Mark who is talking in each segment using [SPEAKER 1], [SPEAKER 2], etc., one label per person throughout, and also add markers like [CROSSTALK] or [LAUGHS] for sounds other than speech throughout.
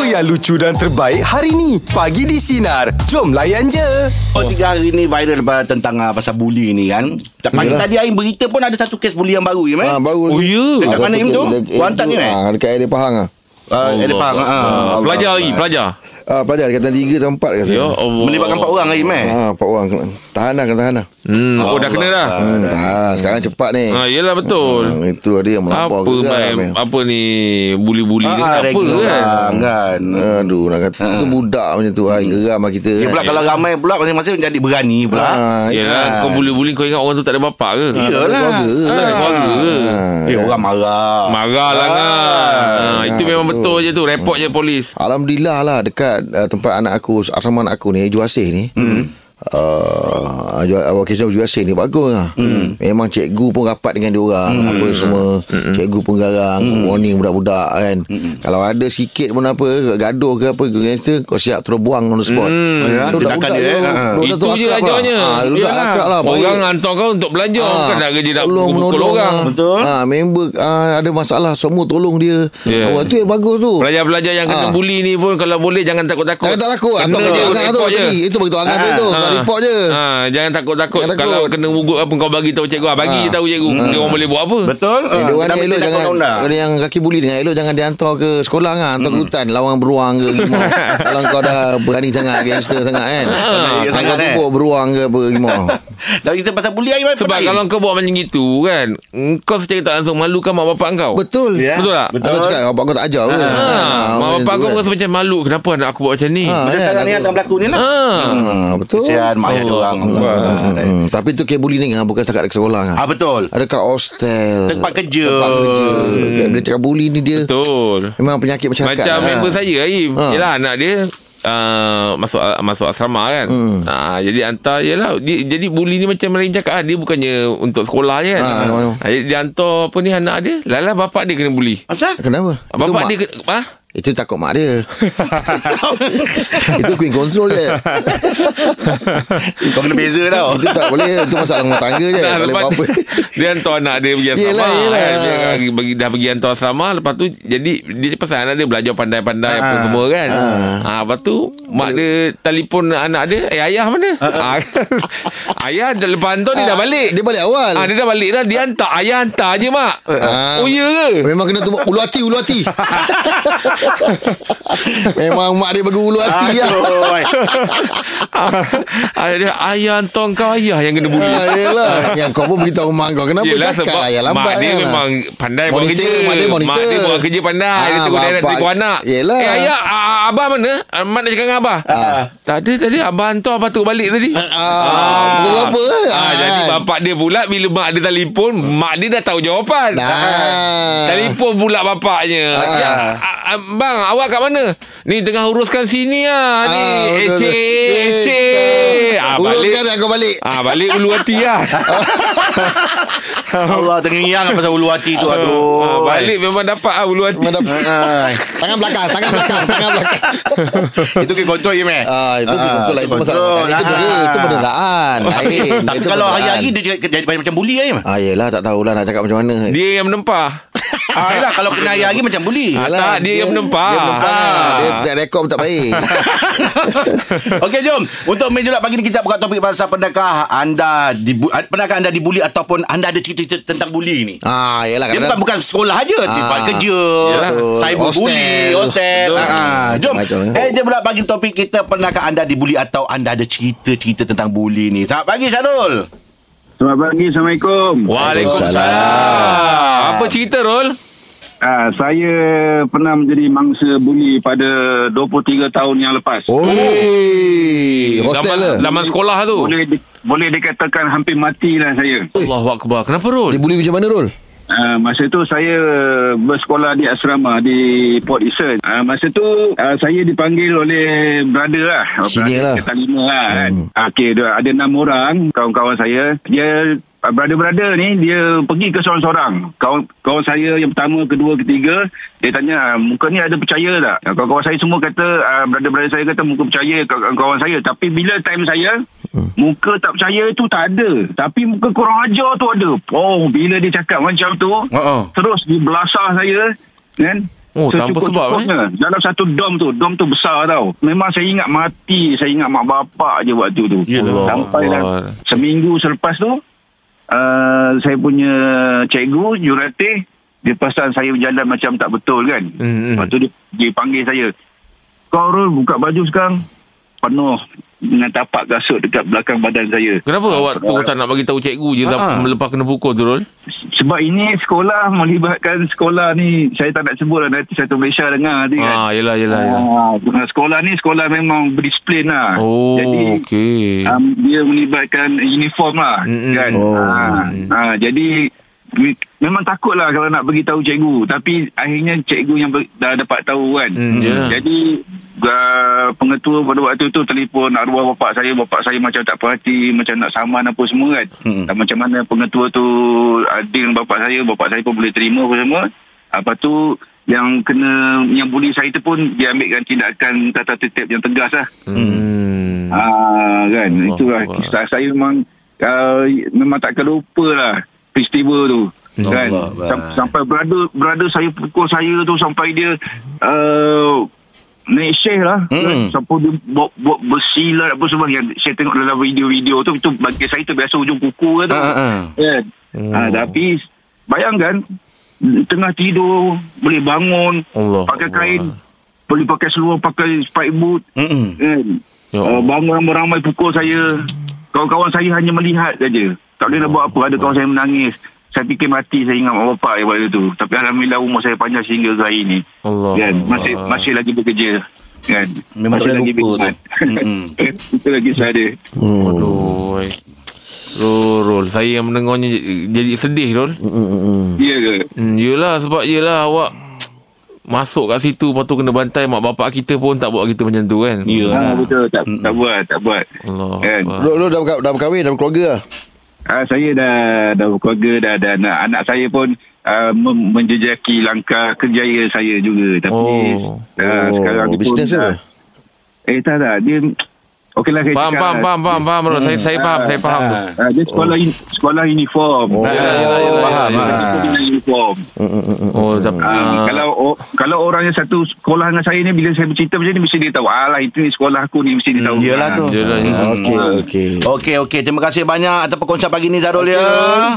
[SPEAKER 1] yang lucu dan terbaik hari ni. Pagi di Sinar. Jom layan je.
[SPEAKER 2] Oh, tiga hari ni viral bah, tentang uh, pasal buli ni kan. Tak pagi
[SPEAKER 3] Yalah.
[SPEAKER 2] tadi Aim berita pun ada satu kes buli yang baru Im eh.
[SPEAKER 3] Ha, baru
[SPEAKER 4] Oh, ya?
[SPEAKER 2] Dekat mana, Im, tu? Kuantan ni, eh?
[SPEAKER 3] eh? Dekat area Pahang ah.
[SPEAKER 2] Ah, ada faham. ah, ah.
[SPEAKER 4] Ah, Pelajar lagi Pelajar
[SPEAKER 3] Ah, pelajar dekat 3 atau 4 ke
[SPEAKER 4] Ya
[SPEAKER 3] sana.
[SPEAKER 4] Allah
[SPEAKER 2] Melibatkan empat orang Aim eh.
[SPEAKER 3] Ha, empat orang kena- tahanan lah, kena tahanan.
[SPEAKER 4] hmm, Oh dah kena
[SPEAKER 2] Ah,
[SPEAKER 4] dah
[SPEAKER 3] Hmm, ha, sekarang cepat ni.
[SPEAKER 4] ha, Yelah betul
[SPEAKER 3] Ha, itu ada yang melampau
[SPEAKER 4] Apa
[SPEAKER 3] lah, eh.
[SPEAKER 4] main Apa ni Buli-buli ni
[SPEAKER 2] Ah,
[SPEAKER 4] Apa
[SPEAKER 2] ragging
[SPEAKER 4] kan
[SPEAKER 2] orang kan.
[SPEAKER 3] Aduh nak kata Itu budak macam tu Ay, Geram lah kita
[SPEAKER 2] Dia Eh, pula kalau ramai pula masing-masing jadi berani pula.
[SPEAKER 3] ha,
[SPEAKER 4] Yelah kau buli-buli Kau ingat orang tu tak ada bapak
[SPEAKER 3] Ah,
[SPEAKER 4] ke
[SPEAKER 2] Iyalah.
[SPEAKER 3] keluarga. lah.
[SPEAKER 4] Ah, keluarga ke?
[SPEAKER 2] Eh orang marah.
[SPEAKER 4] Marah lah kan ha, Itu
[SPEAKER 3] Ah,
[SPEAKER 4] memang
[SPEAKER 3] betul.
[SPEAKER 4] betul je tu Report je polis
[SPEAKER 3] Alhamdulillah lah Dekat uh, tempat anak aku Asrama anak aku ni Juasih ni hmm. Uh, awak kisah Juasih ni bagus lah hmm. Memang cikgu pun rapat dengan diorang hmm. Apa semua hmm. Cikgu pun garang hmm. Warning budak-budak kan hmm. Kalau ada sikit pun apa Gaduh ke apa Gangster Kau siap terus buang on the spot hmm.
[SPEAKER 2] Ya, tindakan dia, eh. Ha.
[SPEAKER 4] Itu je ajarnya
[SPEAKER 3] ha, Budak
[SPEAKER 2] Yelah.
[SPEAKER 3] akrab lah
[SPEAKER 4] Orang
[SPEAKER 3] baik.
[SPEAKER 4] hantar kau untuk belanja
[SPEAKER 3] Ah,
[SPEAKER 4] Bukan nak kerja nak
[SPEAKER 3] tolong
[SPEAKER 4] pukul
[SPEAKER 3] menolong
[SPEAKER 4] orang
[SPEAKER 3] ah.
[SPEAKER 2] Betul.
[SPEAKER 3] Ah, member ah, ada masalah semua tolong dia.
[SPEAKER 4] Ya.
[SPEAKER 3] Yeah. tu yang bagus tu.
[SPEAKER 4] Pelajar-pelajar yang kena
[SPEAKER 3] Ah.
[SPEAKER 4] buli ni pun Kalau boleh jangan takut-takut
[SPEAKER 3] Jangan tak takut
[SPEAKER 4] Kena
[SPEAKER 3] Atau
[SPEAKER 4] je
[SPEAKER 3] kalau angan tu
[SPEAKER 4] report je
[SPEAKER 3] tadi, Itu bagi tu angan tu tu Kau
[SPEAKER 4] Ah.
[SPEAKER 3] Oh, report je
[SPEAKER 4] Ah, jangan takut-takut.
[SPEAKER 3] Jangan
[SPEAKER 4] Kalau
[SPEAKER 3] takut.
[SPEAKER 4] kena mugut apa kau bagi tahu cikgu. Ah, bagi
[SPEAKER 3] Ah.
[SPEAKER 4] je tahu cikgu. Dia orang boleh buat apa?
[SPEAKER 2] Betul? Ah,
[SPEAKER 3] Eh, dia orang ni elok jangan Orang
[SPEAKER 2] undang.
[SPEAKER 3] yang kaki buli dengan elok Jangan dihantar ke sekolah kan Hantar ke
[SPEAKER 2] Hmm.
[SPEAKER 3] hutan Lawang beruang ke
[SPEAKER 4] [LAUGHS]
[SPEAKER 3] gimau Kalau kau dah berani sangat Gangster sangat kan
[SPEAKER 4] Ah.
[SPEAKER 2] Ya,
[SPEAKER 3] Kalau
[SPEAKER 2] sangat, eh.
[SPEAKER 3] cukup beruang ke apa gimau
[SPEAKER 2] Dah kita pasal buli Aim.
[SPEAKER 4] Sebab kalau kau buat macam gitu kan, kau secara tak langsung malukan mak bapak kau.
[SPEAKER 3] Betul
[SPEAKER 2] Ya.
[SPEAKER 4] Betul tak?
[SPEAKER 3] Betul Aku cakap Bapak kau tak ajar ke Kan? Ah,
[SPEAKER 4] Ha, mak bapak kau
[SPEAKER 3] kau
[SPEAKER 4] rasa macam malu kenapa anak aku buat macam ni.
[SPEAKER 3] Ah, ya,
[SPEAKER 4] Ha.
[SPEAKER 2] Macam tangan ni akan berlaku ni lah.
[SPEAKER 3] Oh. Hmm. Betul
[SPEAKER 2] Kesian mak ayah dia orang.
[SPEAKER 3] Hmm, tapi tu kabuli ni kan bukan setakat dekat sekolah kan.
[SPEAKER 2] Ah betul.
[SPEAKER 3] Ada kat hostel.
[SPEAKER 2] Tempat kerja.
[SPEAKER 3] Tempat kerja. Hmm. Bila cakap bully ni dia
[SPEAKER 4] Betul.
[SPEAKER 3] memang penyakit masyarakat.
[SPEAKER 4] Macam
[SPEAKER 3] lah.
[SPEAKER 4] member saya Aim.
[SPEAKER 3] Ha.
[SPEAKER 4] Ha. Yelah anak dia Uh, masuk masuk asrama kan hmm. uh, jadi hantar yelah dia, jadi buli ni macam Rahim cakap ah, dia bukannya untuk sekolah je kan
[SPEAKER 3] Ah, no, no.
[SPEAKER 4] ha, dia hantar apa ni anak dia lalah bapak dia kena buli
[SPEAKER 2] Asal?
[SPEAKER 3] Kenapa? itu
[SPEAKER 4] bapak
[SPEAKER 3] mak,
[SPEAKER 4] dia ke, ah?
[SPEAKER 3] itu takut mak
[SPEAKER 4] [LAUGHS]
[SPEAKER 3] dia. itu queen control je.
[SPEAKER 2] Kau kena beza
[SPEAKER 3] [LAUGHS]
[SPEAKER 2] tau.
[SPEAKER 3] itu tak boleh. Itu masalah rumah tangga je.
[SPEAKER 4] Dah,
[SPEAKER 3] tak boleh
[SPEAKER 4] lepas
[SPEAKER 3] apa-apa.
[SPEAKER 4] tu, [LAUGHS] Dia hantar anak dia pergi asrama
[SPEAKER 3] Yelah, yelah.
[SPEAKER 4] kan. Dia bagi, bagi, Dah pergi hantar asrama Lepas tu Jadi dia pasal anak dia Belajar pandai-pandai Apa semua kan
[SPEAKER 3] Ah.
[SPEAKER 4] ha, Lepas tu Mak dia Telefon anak dia Eh ayah mana ha, [LAUGHS] Ayah dah, lepas hantar Dia dah balik
[SPEAKER 3] Ah, Dia balik awal.
[SPEAKER 4] ha, Dia dah balik dah Dia hantar Ayah hantar je mak
[SPEAKER 3] Ah.
[SPEAKER 4] Oh ya ke
[SPEAKER 3] Memang kena tumbuk ulu hati, ulu hati. Memang mak dia bagi ulu hati lah.
[SPEAKER 2] Aduh. ai.
[SPEAKER 4] [LAUGHS] Ah, dia, Ayah hantar kau Ayah yang kena buli
[SPEAKER 3] Ah, yelah. Yang kau pun beritahu mak kau. Kenapa
[SPEAKER 4] Yelah
[SPEAKER 3] cakap
[SPEAKER 4] sebab
[SPEAKER 3] lah. Yang lambat
[SPEAKER 4] Mak dia
[SPEAKER 3] kan lah.
[SPEAKER 4] memang Pandai buat
[SPEAKER 3] Monitor,
[SPEAKER 4] kerja
[SPEAKER 3] mak dia monitor.
[SPEAKER 4] Mak dia buat kerja pandai Dia
[SPEAKER 3] Ah,
[SPEAKER 4] tegur direct
[SPEAKER 3] bapak-
[SPEAKER 4] Tegur anak
[SPEAKER 3] Yelah.
[SPEAKER 4] Eh ayah a- a- Abah mana Ah, Mak nak cakap dengan abah Tak ada tadi Abah hantar Abah tu balik tadi
[SPEAKER 3] Ah, pukul berapa?
[SPEAKER 4] ah,
[SPEAKER 3] Ah.
[SPEAKER 4] Jadi bapak dia pula Bila mak dia telefon Mak dia dah tahu jawapan
[SPEAKER 3] Ah.
[SPEAKER 4] Telefon pula bapaknya
[SPEAKER 3] Ah.
[SPEAKER 4] Ya, a- a- Bang awak kat mana Ni tengah uruskan sini ah. Ni
[SPEAKER 3] Ah,
[SPEAKER 4] Eh
[SPEAKER 3] betul,
[SPEAKER 4] cik
[SPEAKER 3] betul.
[SPEAKER 4] eh,
[SPEAKER 3] Cik.
[SPEAKER 4] Cik Ah,
[SPEAKER 3] Urus
[SPEAKER 4] balik.
[SPEAKER 3] sekarang kau
[SPEAKER 4] [LAUGHS]
[SPEAKER 3] balik.
[SPEAKER 4] Ah balik ulu hati
[SPEAKER 3] [LAUGHS]
[SPEAKER 4] lah
[SPEAKER 2] Allah terngiang pasal ulu hati
[SPEAKER 3] [LAUGHS]
[SPEAKER 2] tu.
[SPEAKER 4] ah,
[SPEAKER 2] Aduh.
[SPEAKER 4] Balik memang dapat ah ulu hati
[SPEAKER 3] Memang dah-
[SPEAKER 2] Ai.
[SPEAKER 3] Tangan belakang, tangan belakang, tangan belakang.
[SPEAKER 2] Itu kena kontrol je meh.
[SPEAKER 3] Ah, itu ah, betul lah itu masalah
[SPEAKER 2] kontrol.
[SPEAKER 3] ah. itu benda itu benderaan lain.
[SPEAKER 2] [LAUGHS] Hmm, Tapi
[SPEAKER 3] Itu
[SPEAKER 2] kalau
[SPEAKER 3] benderaan.
[SPEAKER 2] hari-hari dia jadi- jadi macam buli
[SPEAKER 3] [LAUGHS]
[SPEAKER 2] Aim.
[SPEAKER 3] Ah yelah tak tahulah nak cakap macam mana.
[SPEAKER 4] Dia yang menempah
[SPEAKER 2] Ah, yelah, kalau kena hari-hari macam buli.
[SPEAKER 3] Ah.
[SPEAKER 4] Alah, tak, dia yang menempah.
[SPEAKER 3] Dia menempah.
[SPEAKER 4] Ah.
[SPEAKER 3] Dia tak rekod pun tak
[SPEAKER 4] [LAUGHS]
[SPEAKER 3] baik.
[SPEAKER 2] Okey jom Untuk meja pagi ni Kita buka topik pasal Pernahkah anda dibu- Pernahkah anda dibuli Ataupun anda ada cerita-cerita Tentang buli ni
[SPEAKER 3] ah yelah
[SPEAKER 2] Dia bukan bukan sekolah aja, ah, tempat
[SPEAKER 3] Ah,
[SPEAKER 2] kerja,
[SPEAKER 4] Yalah.
[SPEAKER 2] cyber
[SPEAKER 3] Hostel.
[SPEAKER 2] bully, hostel.
[SPEAKER 4] Betul.
[SPEAKER 2] Ha, jom.
[SPEAKER 3] Macam-macam.
[SPEAKER 2] Eh je pula bagi topik kita pernahkah anda dibuli atau anda ada cerita-cerita tentang bully ni? Selamat pagi Syarul.
[SPEAKER 5] Selamat pagi, Assalamualaikum.
[SPEAKER 4] Waalaikumsalam Apa cerita Rol?
[SPEAKER 5] Ah, saya pernah menjadi mangsa buli pada 23 tahun yang lepas.
[SPEAKER 3] Oh. Hostel
[SPEAKER 4] zaman,
[SPEAKER 3] lah.
[SPEAKER 4] zaman sekolah tu
[SPEAKER 5] Boleh di, boleh dikatakan hampir matilah saya.
[SPEAKER 4] Allah Akbar Kenapa
[SPEAKER 3] Dia
[SPEAKER 4] Rol?
[SPEAKER 3] bully macam mana Rul?
[SPEAKER 5] Ah, masa tu saya bersekolah di asrama di Port Eastern. Ah, masa tu ah, saya dipanggil oleh brother lah.
[SPEAKER 3] Senior lah.
[SPEAKER 5] brother Kita lima lah kan. Ah, Okey, dia- ada enam orang kawan-kawan saya. Dia ah, brother-brother ni dia pergi ke seorang-seorang. Kawan kawan saya yang pertama, kedua, ketiga, dia tanya ah, muka ni ada percaya tak? Ah, Kawan-kawan saya semua kata ah, brother-brother saya kata muka percaya kawan-kawan saya. Tapi bila time saya muka tak percaya tu tak ada. Tapi muka kurang ajar tu ada. Oh, bila dia cakap macam tu,
[SPEAKER 2] Ha.
[SPEAKER 5] terus di belasah saya kan
[SPEAKER 4] Oh, tanpa sebab eh.
[SPEAKER 5] Secukup-cukupnya. Dalam satu dom tu Dom tu besar tau Memang saya ingat mati Saya ingat mak bapak je waktu tu
[SPEAKER 2] Yelah.
[SPEAKER 5] Sampai
[SPEAKER 4] Allah.
[SPEAKER 5] dah Seminggu selepas tu uh, Saya punya cikgu Juratih Dia perasan saya berjalan macam tak betul kan
[SPEAKER 4] Hmm, hmm.
[SPEAKER 5] Lepas tu dia, dia panggil saya Kau Rul buka baju sekarang Penuh Dengan tapak kasut dekat belakang badan saya
[SPEAKER 4] Kenapa awak tu
[SPEAKER 5] Sebab-
[SPEAKER 4] tak nak bagi tahu cikgu je
[SPEAKER 2] Ah.
[SPEAKER 4] ha. lepas kena pukul tu Rul?
[SPEAKER 5] Sebab ini sekolah melibatkan sekolah ni saya tak nak sebut lah nanti satu Malaysia dengar nanti kan.
[SPEAKER 4] Ah, yelah, yelah, yelah.
[SPEAKER 5] Ah, sekolah ni sekolah memang berdisiplin lah.
[SPEAKER 4] Oh,
[SPEAKER 5] jadi
[SPEAKER 4] okey.
[SPEAKER 5] um, dia melibatkan uniform lah
[SPEAKER 4] Mm-mm.
[SPEAKER 5] kan.
[SPEAKER 3] Oh.
[SPEAKER 5] Ah, ah, jadi mi- memang takut lah kalau nak beritahu cikgu tapi akhirnya cikgu yang ber, dah dapat tahu kan.
[SPEAKER 4] Hmm, ya.
[SPEAKER 5] Jadi uh, pengetua pada waktu tu telefon arwah bapak saya bapak saya macam tak perhati macam nak saman apa semua kan.
[SPEAKER 2] Hmm.
[SPEAKER 5] Dan macam mana pengetua tu adil dengan bapak saya bapak saya pun boleh terima apa semua. Lepas tu yang kena yang buli saya tu pun dia ambilkan tindakan tata tertib yang tegas lah.
[SPEAKER 4] Hmm.
[SPEAKER 5] Ah kan
[SPEAKER 4] Allah
[SPEAKER 5] itulah
[SPEAKER 4] Allah.
[SPEAKER 5] kisah saya memang uh, memang takkan lupa lah festival tu kan
[SPEAKER 2] Allah
[SPEAKER 5] Sam- sampai brother brother saya pukul saya tu sampai dia uh, naik share lah
[SPEAKER 2] Mm-mm.
[SPEAKER 5] mm. sampai dia buat, buat besi lah apa semua yang saya tengok dalam video-video tu itu bagi saya tu biasa ujung kuku ke tu
[SPEAKER 2] Ah, ah, ah.
[SPEAKER 5] kan
[SPEAKER 4] Oh.
[SPEAKER 5] ah, tapi bayangkan tengah tidur boleh bangun
[SPEAKER 4] Allah,
[SPEAKER 5] pakai
[SPEAKER 4] Oh, Allah.
[SPEAKER 5] kain boleh pakai seluar pakai spike boot
[SPEAKER 2] Mm-mm.
[SPEAKER 5] kan
[SPEAKER 4] Ya
[SPEAKER 5] uh,
[SPEAKER 4] Allah.
[SPEAKER 5] bangun ramai-ramai pukul saya kawan-kawan saya hanya melihat saja tak boleh nak buat apa ada kawan saya menangis saya fikir mati saya ingat mak bapak saya waktu tu tapi Alhamdulillah umur saya panjang sehingga ke hari ini
[SPEAKER 4] Allah.
[SPEAKER 5] kan masih masih lagi bekerja kan
[SPEAKER 2] Memang tak
[SPEAKER 5] masih
[SPEAKER 2] boleh
[SPEAKER 5] lagi
[SPEAKER 2] lupa
[SPEAKER 5] berkhidmat.
[SPEAKER 2] tu. Mm-mm.
[SPEAKER 5] [LAUGHS] itu lagi saya ada
[SPEAKER 4] Aduh. ai. Rul, Rul. Saya yang mendengarnya j- jadi sedih, Rul.
[SPEAKER 2] Mm.
[SPEAKER 5] ya ke
[SPEAKER 4] Hmm, yelah, sebab yelah awak masuk kat situ lepas tu kena bantai mak bapak kita pun tak buat kita macam tu kan.
[SPEAKER 2] Ya.
[SPEAKER 5] Ha, betul tak, tak buat tak buat
[SPEAKER 4] Allah.
[SPEAKER 5] Kan?
[SPEAKER 4] Akbar.
[SPEAKER 3] Lu, lu dah, berka- dah berkahwin Dah berkeluarga lah
[SPEAKER 5] Ah, saya dah dah berkeluarga dah dan anak, anak saya pun ah, mem- menjejaki langkah kerjaya saya juga tapi
[SPEAKER 4] Oh.
[SPEAKER 5] oh. Ah,
[SPEAKER 3] Oh,
[SPEAKER 5] sekarang ni pun
[SPEAKER 3] business
[SPEAKER 5] dah,
[SPEAKER 3] apa?
[SPEAKER 5] eh tak tak dia okeylah saya
[SPEAKER 4] Faham,
[SPEAKER 5] cakap
[SPEAKER 4] faham,
[SPEAKER 5] lah.
[SPEAKER 4] faham, faham, faham, Rul. Saya, saya faham, saya faham.
[SPEAKER 5] Ah, dia sekolah oh. in, sekolah uniform.
[SPEAKER 3] Oh.
[SPEAKER 5] Ah,
[SPEAKER 2] Yelah, yelah, yelah,
[SPEAKER 5] faham,
[SPEAKER 2] yelah.
[SPEAKER 5] ah. Dia punya uniform.
[SPEAKER 4] Oh, tapi...
[SPEAKER 5] Ah,
[SPEAKER 4] ah.
[SPEAKER 5] kalau o, kalau orang yang satu sekolah dengan saya ni bila saya bercerita macam ni mesti dia tahu. Alah itu ni sekolah aku ni mesti dia tahu.
[SPEAKER 2] Yelah
[SPEAKER 5] Ah.
[SPEAKER 2] tu.
[SPEAKER 4] Yelah, yelah.
[SPEAKER 3] Okey Okey
[SPEAKER 2] Okey, okey. Terima kasih banyak atas perkongsian pagi ni, Zarul. Ya.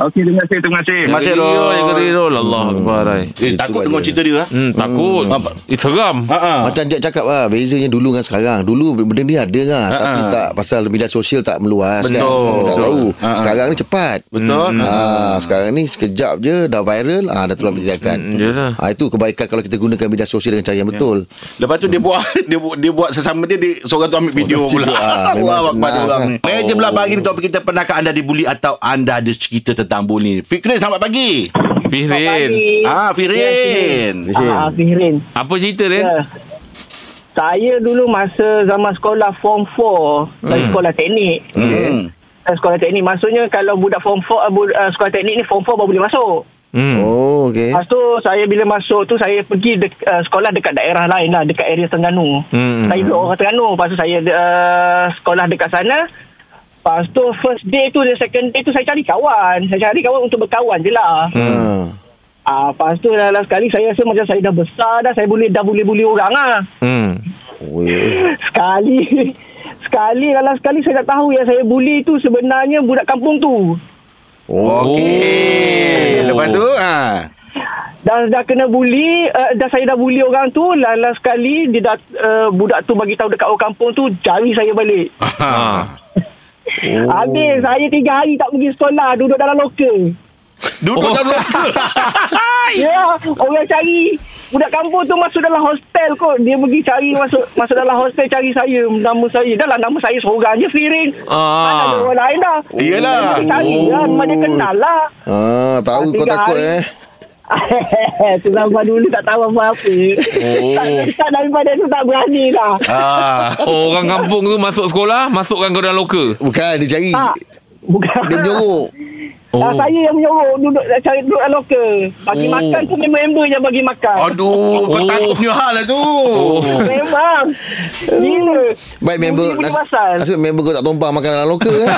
[SPEAKER 5] Okey terima kasih terima kasih.
[SPEAKER 2] Terima kasih,
[SPEAKER 4] Keri,
[SPEAKER 2] Rul.
[SPEAKER 4] ya, keri, Rul. Allah
[SPEAKER 5] Hmm.
[SPEAKER 4] Akbar. ai.
[SPEAKER 2] Eh, takut
[SPEAKER 3] Itu
[SPEAKER 2] dengar
[SPEAKER 3] aja.
[SPEAKER 2] cerita dia. ah. Ha,
[SPEAKER 4] Hmm, takut. Eh, seram.
[SPEAKER 2] Ha-ha.
[SPEAKER 3] Macam dia cakap lah Bezanya dulu dengan sekarang Dulu benda ni ada kan
[SPEAKER 2] Ha-ha.
[SPEAKER 3] Tapi tak Pasal media sosial tak meluas kan
[SPEAKER 2] Betul.
[SPEAKER 3] Kita Tak
[SPEAKER 2] Betul.
[SPEAKER 3] tahu
[SPEAKER 2] Ha-ha.
[SPEAKER 3] Sekarang ni cepat
[SPEAKER 2] Betul.
[SPEAKER 3] Ah, sekarang ni sekejap je dah viral, ah dah tolong tindakan.
[SPEAKER 4] Hmm, yalah.
[SPEAKER 3] Ah itu kebaikan kalau kita gunakan media sosial dengan cara yang betul.
[SPEAKER 2] Lepas tu dia buat [LAUGHS] dia buat, dia buat sesama dia, dia seorang tu ambil video
[SPEAKER 3] Oh,
[SPEAKER 2] pula. [LAUGHS]
[SPEAKER 3] dia- ah,
[SPEAKER 2] Wah,
[SPEAKER 3] memang senang,
[SPEAKER 2] wakbar dia orang ni.
[SPEAKER 3] sangat.
[SPEAKER 2] Meja pula pagi ni topik kita pernahkah anda dibuli atau anda ada cerita tentang buli? Fikrin selamat pagi.
[SPEAKER 4] Fihrin.
[SPEAKER 2] Ah, Firin.
[SPEAKER 6] Ah, ah, Fihrin.
[SPEAKER 4] Apa cerita, Rin?
[SPEAKER 6] Ya. Saya dulu masa zaman sekolah form 4, saya sekolah teknik.
[SPEAKER 2] Hmm.
[SPEAKER 6] Saya sekolah teknik maksudnya kalau budak form 4 uh, bud- uh, sekolah teknik ni form 4 baru boleh masuk.
[SPEAKER 4] Hmm.
[SPEAKER 3] Oh, okey.
[SPEAKER 6] Lepas tu saya bila masuk tu saya pergi dek, uh, sekolah dekat daerah lain lah dekat area Terengganu.
[SPEAKER 4] Hmm.
[SPEAKER 6] Saya duduk orang Terengganu. Lepas tu saya uh, sekolah dekat sana. Lepas tu first day tu dan second day tu saya cari kawan. Saya cari kawan untuk berkawan je lah.
[SPEAKER 3] Ah.
[SPEAKER 6] Ah, lepas tu dalam sekali saya rasa macam saya dah besar dah. Saya boleh dah boleh bully orang lah. [LAUGHS]
[SPEAKER 4] Hmm.
[SPEAKER 3] Weh.
[SPEAKER 6] Sekali Sekali dalam sekali saya tak tahu yang saya bully tu sebenarnya budak kampung tu.
[SPEAKER 3] Oh.
[SPEAKER 2] Okey.
[SPEAKER 4] Oh.
[SPEAKER 2] Lepas tu ah.
[SPEAKER 6] Dah dah kena bully, uh, dah saya dah bully orang tu, lala sekali dia dah uh, budak tu bagi tahu dekat orang kampung tu cari
[SPEAKER 2] [LAUGHS]
[SPEAKER 6] saya balik.
[SPEAKER 4] Ah.
[SPEAKER 6] Oh. [LAUGHS] Habis saya tiga hari tak pergi sekolah, duduk dalam loker.
[SPEAKER 2] Duduk dalam loker.
[SPEAKER 6] [LAUGHS] Ya, orang cari budak kampung tu masuk dalam hostel kot. Dia pergi cari masuk masuk dalam hostel cari saya, nama saya. Dah lah nama saya seorang je Firin. Mana ada
[SPEAKER 4] Ah.
[SPEAKER 6] orang lain dah.
[SPEAKER 2] Iyalah.
[SPEAKER 6] Dia cari lah, memang dia kenal lah.
[SPEAKER 3] Ah, tahu
[SPEAKER 6] Ah,
[SPEAKER 3] kau
[SPEAKER 6] tiga
[SPEAKER 3] takut
[SPEAKER 6] hari.
[SPEAKER 3] eh.
[SPEAKER 6] tu zaman dulu tak tahu apa-apa.
[SPEAKER 4] Oh.
[SPEAKER 6] Tak, tak daripada tu tak berani lah.
[SPEAKER 2] Ah.
[SPEAKER 4] Oh, orang kampung tu masuk sekolah, masukkan kau dalam loka.
[SPEAKER 3] Bukan dia cari.
[SPEAKER 6] Tak. Bukan.
[SPEAKER 3] Dia menyorok.
[SPEAKER 4] Oh.
[SPEAKER 6] Ah, saya yang menyorok duduk cari duduk dalam loka. Bagi
[SPEAKER 4] Oh.
[SPEAKER 6] makan pun member-member yang bagi makan.
[SPEAKER 2] Aduh, kau
[SPEAKER 4] Oh.
[SPEAKER 2] takut punya hal lah tu.
[SPEAKER 6] Memang. Gila.
[SPEAKER 3] Baik member
[SPEAKER 6] Bunyi-bunyi
[SPEAKER 3] nas-
[SPEAKER 6] pasal.
[SPEAKER 3] Nasib member kau tak tumpang makanan lokal eh.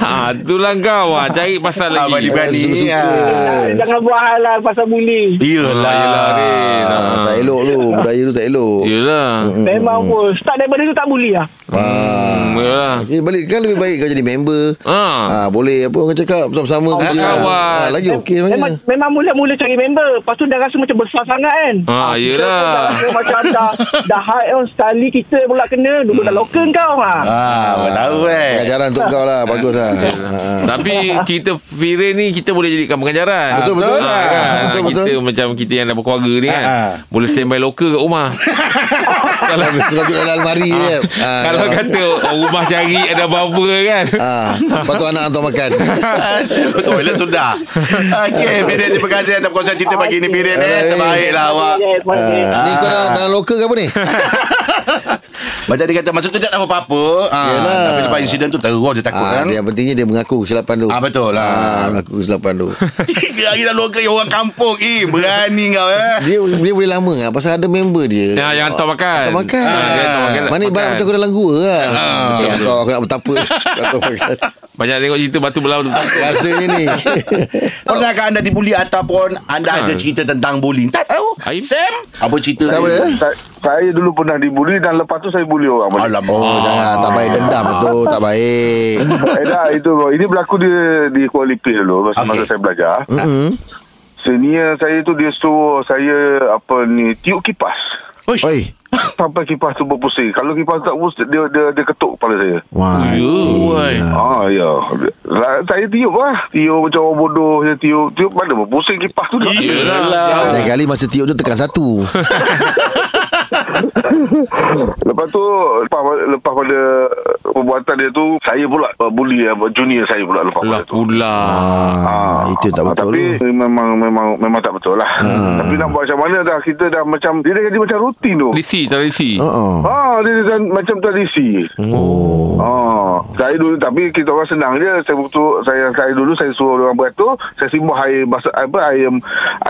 [SPEAKER 4] Ha, itulah kau. Ha, cari pasal
[SPEAKER 2] Ah,
[SPEAKER 4] lagi.
[SPEAKER 2] balik berani.
[SPEAKER 3] Suka-suka.
[SPEAKER 2] Ah.
[SPEAKER 6] Jangan buat hal lah pasal bully.
[SPEAKER 2] Iyalah.
[SPEAKER 4] Ah,
[SPEAKER 1] lah.
[SPEAKER 4] Ya. yelah, Rin.
[SPEAKER 3] Ah, tak elok tu Budaya tu tak elok
[SPEAKER 4] Yelah.
[SPEAKER 6] Memang pun. Start daripada tu tak bully lah.
[SPEAKER 3] ah.
[SPEAKER 4] Hmm, Yelah.
[SPEAKER 3] Eh, balik kan lebih baik kau jadi member
[SPEAKER 4] Ha.
[SPEAKER 3] Ah, boleh apa orang cakap sama-sama
[SPEAKER 4] Ah, kawan.
[SPEAKER 3] Ah, lagi okey
[SPEAKER 6] Memang,
[SPEAKER 3] sebenarnya.
[SPEAKER 6] memang mula-mula cari member. Lepas tu dah rasa macam besar sangat kan.
[SPEAKER 4] Ah, yelah.
[SPEAKER 6] kita pun dah rasa macam dah, dah high on. Sekali kita pula kena. Duduk dalam loker kau. Ha.
[SPEAKER 2] Ah, ah, tahu eh.
[SPEAKER 3] Pengajaran untuk kau lah Baguslah ah.
[SPEAKER 4] Tapi kita Fira ni kita boleh jadikan pengajaran.
[SPEAKER 3] Betul, betul. Betul,
[SPEAKER 4] Ha, kan?
[SPEAKER 3] Ah,
[SPEAKER 4] Betul, betul. Kita
[SPEAKER 3] betul.
[SPEAKER 4] macam kita yang dah berkeluarga ni kan.
[SPEAKER 2] Ha, ha.
[SPEAKER 4] Boleh standby loker kat rumah.
[SPEAKER 3] Kalau kau duduk dalam almari je ah,
[SPEAKER 4] lah. Kalau
[SPEAKER 3] kau-
[SPEAKER 4] kata oh, rumah cari ada apa-apa kan.
[SPEAKER 3] Ah, lepas tu anak hantar
[SPEAKER 4] [LAUGHS]
[SPEAKER 3] makan. Ah,
[SPEAKER 2] Toilet sudah Okey Pirin terima kasih Atas perkongsian cerita pagi ni Pirin eh. Terbaiklah awak
[SPEAKER 6] Yes,
[SPEAKER 3] Ah,
[SPEAKER 6] yes,
[SPEAKER 3] ni kau dah dalam lokal ke apa
[SPEAKER 4] [LAUGHS]
[SPEAKER 3] ni?
[SPEAKER 2] Macam dia kata Masa tu tak tahu apa-apa ha,
[SPEAKER 3] Yelah.
[SPEAKER 2] Tapi lepas insiden tu Terus dia takut
[SPEAKER 3] Ah,
[SPEAKER 2] kan [LAUGHS]
[SPEAKER 3] yang pentingnya dia mengaku kesilapan tu.
[SPEAKER 2] Ah, betul lah.
[SPEAKER 3] Ah, mengaku kesilapan tu.
[SPEAKER 2] Tiga hari dah loka yang orang kampung Eh berani kau eh
[SPEAKER 3] Dia dia boleh lama lah Pasal ada member dia
[SPEAKER 4] Ya, yang hantar makan.
[SPEAKER 3] Hantar makan
[SPEAKER 4] Ah, dia hantar makan,
[SPEAKER 3] Mana
[SPEAKER 4] makan. Ah.
[SPEAKER 3] ibarat macam kau dalam gua lah
[SPEAKER 2] betul,
[SPEAKER 3] Ya, Kau aku nak
[SPEAKER 4] [LAUGHS]
[SPEAKER 3] bertapa Hantar makan
[SPEAKER 4] Banyak tengok cerita batu belah betul.
[SPEAKER 3] Rasanya
[SPEAKER 4] [LAUGHS]
[SPEAKER 3] ni
[SPEAKER 2] Pernahkah anda dibuli Ataupun anda
[SPEAKER 4] Ha.
[SPEAKER 2] ada cerita tentang bullying Tak tahu
[SPEAKER 4] Aim.
[SPEAKER 2] Sam Apa cerita Aim?
[SPEAKER 3] Siapa dia?
[SPEAKER 5] Sa- saya dulu pernah dibuli dan lepas tu saya bully orang balik.
[SPEAKER 2] Alamak
[SPEAKER 3] Oh jangan Tak baik dendam tu Tak baik
[SPEAKER 5] eh dah itu ini berlaku di di Kuala Lumpur dulu masa,
[SPEAKER 2] Okey.
[SPEAKER 5] masa saya belajar.
[SPEAKER 3] Mm-mm.
[SPEAKER 5] Senior saya tu dia suruh saya apa ni tiup kipas. [COUGHS]
[SPEAKER 2] Uish.
[SPEAKER 3] Oi
[SPEAKER 5] Sampai kipas tu berpusing. Kalau kipas tak berpusing dia dia, dia ketuk kepala saya.
[SPEAKER 3] Wah
[SPEAKER 2] Oi.
[SPEAKER 5] Ah ya. Lah, Saya tiup lah. Tiup macam orang bodoh saya tiup. Tiup mana berpusing kipas tu. dah.
[SPEAKER 2] Yelah
[SPEAKER 3] Lain kali masa tiup tu tekan satu
[SPEAKER 5] Ya. Lepas tu lepas, lepas pada perbuatan dia tu saya pula uh, bully uh, junior saya pula lepas
[SPEAKER 4] Lah
[SPEAKER 5] pada tu.
[SPEAKER 4] pula.
[SPEAKER 3] ah, Itu tak
[SPEAKER 5] Ah,
[SPEAKER 3] betul lah. Hmm.
[SPEAKER 5] tapi
[SPEAKER 3] tu
[SPEAKER 5] memang memang memang tak betul lah tapi nak buat macam mana dah kita dah macam dia dah jadi macam rutin tu
[SPEAKER 4] Tradisi, tradisi.
[SPEAKER 3] Oh
[SPEAKER 5] ha dia dah macam tradisi
[SPEAKER 3] Hmm.
[SPEAKER 4] Oh.
[SPEAKER 5] ha saya dulu tapi kita orang senang je saya butuh saya saya dulu saya suruh orang beratur saya simbah air basah apa air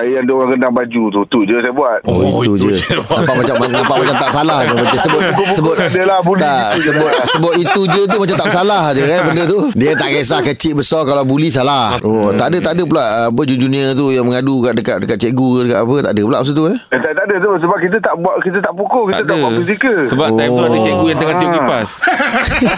[SPEAKER 5] air yang dia orang rendam baju tu tu je saya buat
[SPEAKER 2] Oh,
[SPEAKER 3] Oh, itu,
[SPEAKER 2] itu
[SPEAKER 3] je.
[SPEAKER 2] je.
[SPEAKER 3] [LAUGHS] Nampak macam nampak macam tak salah je macam sebut sebut
[SPEAKER 5] tak ada lah, bully
[SPEAKER 3] tak
[SPEAKER 5] itu je.
[SPEAKER 3] sebut sebut itu je tu macam tak salah je kan benda tu. Dia tak kisah kecil besar kalau bully salah. Oh, tak ada tak ada pula uh, apa junior tu yang mengadu kat dekat dekat cikgu ke dekat apa tak ada pula masa tu
[SPEAKER 5] [LAUGHS]
[SPEAKER 3] eh.
[SPEAKER 5] eh, tak, tak ada tu sebab kita tak buat kita tak pukul kita tak, buat fizikal
[SPEAKER 4] Sebab oh. time tu ada cikgu yang tengah tiup
[SPEAKER 5] Ah.
[SPEAKER 4] kipas.